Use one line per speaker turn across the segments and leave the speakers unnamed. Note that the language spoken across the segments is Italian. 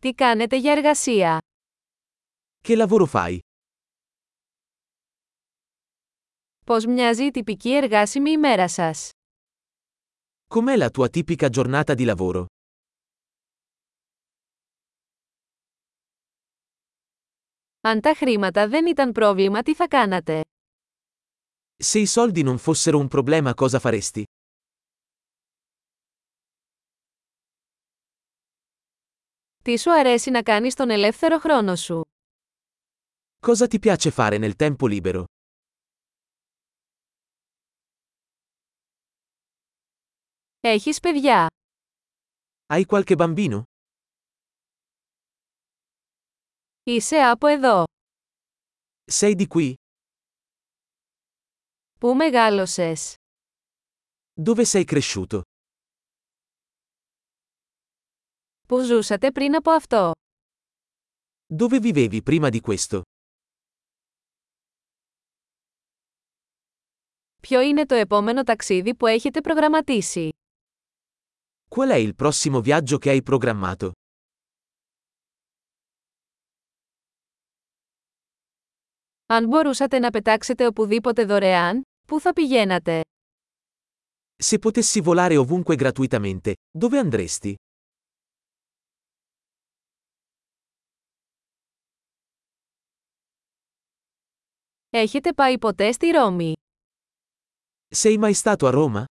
Τι κάνετε για εργασία?
Che lavoro fai?
Πώς μοιάζει η τυπική εργάσιμη ημέρα σας?
Com'è la tua tipica giornata di lavoro?
Αν τα χρήματα δεν ήταν πρόβλημα, τι θα κάνατε?
Se i soldi non fossero un problema cosa faresti?
Τι σου αρέσει να κάνεις τον ελεύθερο χρόνο σου?
Cosa ti piace fare nel tempo libero?
Έχεις παιδιά.
Hai qualche bambino?
Είσαι από εδώ.
Sei di qui?
Πού μεγάλωσες?
Dove sei cresciuto?
Πού ζούσατε πριν από αυτό?
Dove vivevi prima di questo?
Ποιο είναι το επόμενο ταξίδι που έχετε προγραμματίσει?
Qual è il prossimo viaggio che hai programmato?
Αν μπορούσατε να πετάξετε οπουδήποτε δωρεάν, πού θα πηγαίνατε?
Se potessi volare ovunque gratuitamente, dove andresti?
Έχετε πάει ποτέ στη Ρώμη?
Sei mai stato a Roma?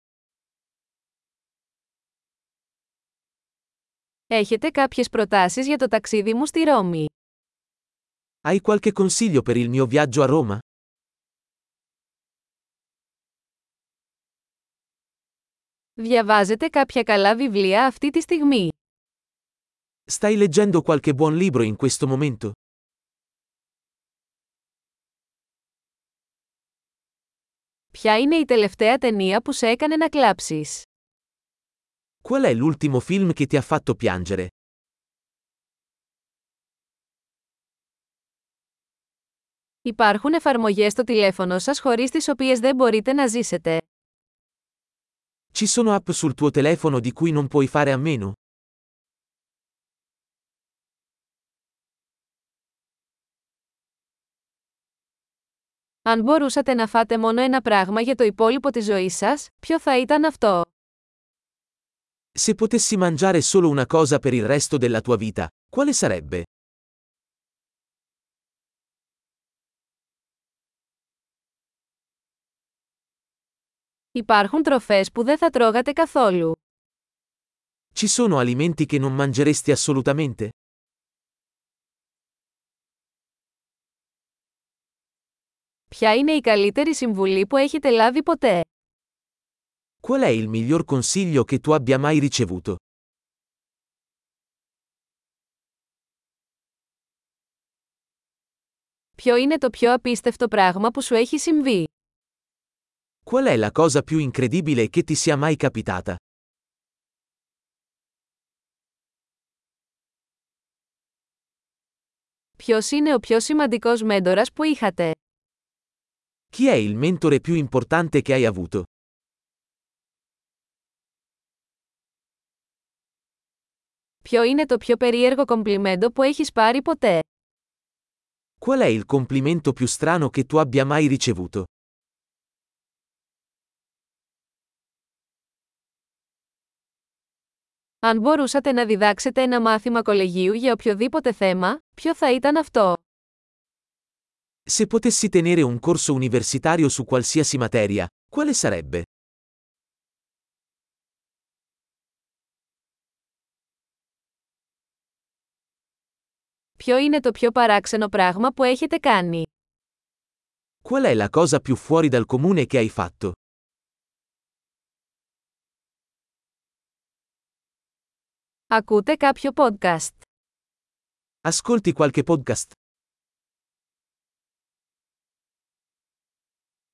Έχετε κάποιες προτάσεις για το ταξίδι μου στη Ρώμη.
Hai qualche consiglio per il mio viaggio a Roma?
Διαβάζετε κάποια καλά βιβλία αυτή τη στιγμή.
Stai leggendo qualche buon libro in questo momento?
Ποια είναι η τελευταία ταινία που σε έκανε να κλάψεις?
Qual è l'ultimo film che ti ha fatto piangere?
Υπάρχουν εφαρμογές στο τηλέφωνο σας χωρίς τις οποίες δεν μπορείτε να ζήσετε.
Ci sono app sul tuo telefono di cui non puoi fare a meno?
Αν μπορούσατε να φάτε μόνο ένα πράγμα για το υπόλοιπο της ζωής σας, ποιο θα ήταν αυτό?
Se potessi mangiare solo una cosa per il resto della tua vita, quale sarebbe?
Υπάρχουν τροφές που δεν θα τρώγατε καθόλου.
Ci sono alimenti che non mangeresti assolutamente?
Ποια είναι η καλύτερη συμβουλή που έχετε λάβει ποτέ?
Qual è il miglior consiglio che tu abbia mai ricevuto?
Ποιο είναι το πιο απίστευτο πράγμα που σου έχει συμβεί?
Qual è la cosa più incredibile che ti sia mai capitata?
Ποιος είναι ο πιο σημαντικός μέντορας που είχατε?
Chi è il mentore più importante che hai avuto?
Ποιο είναι το πιο περίεργο κομπλιμέντο που έχεις πάρει ποτέ?
Qual è il complimento più strano che tu abbia mai ricevuto?
Αν μπορούσατε να διδάξετε ένα μάθημα κολεγίου για οποιοδήποτε θέμα, ποιο θα ήταν αυτό?
Se potessi tenere un corso universitario su qualsiasi materia, quale sarebbe?
Ποιο είναι το πιο παράξενο πράγμα που έχετε κάνει?
Qual è la cosa più fuori dal comune che hai fatto?
Ακούτε κάποιο podcast.
Ascolti qualche podcast?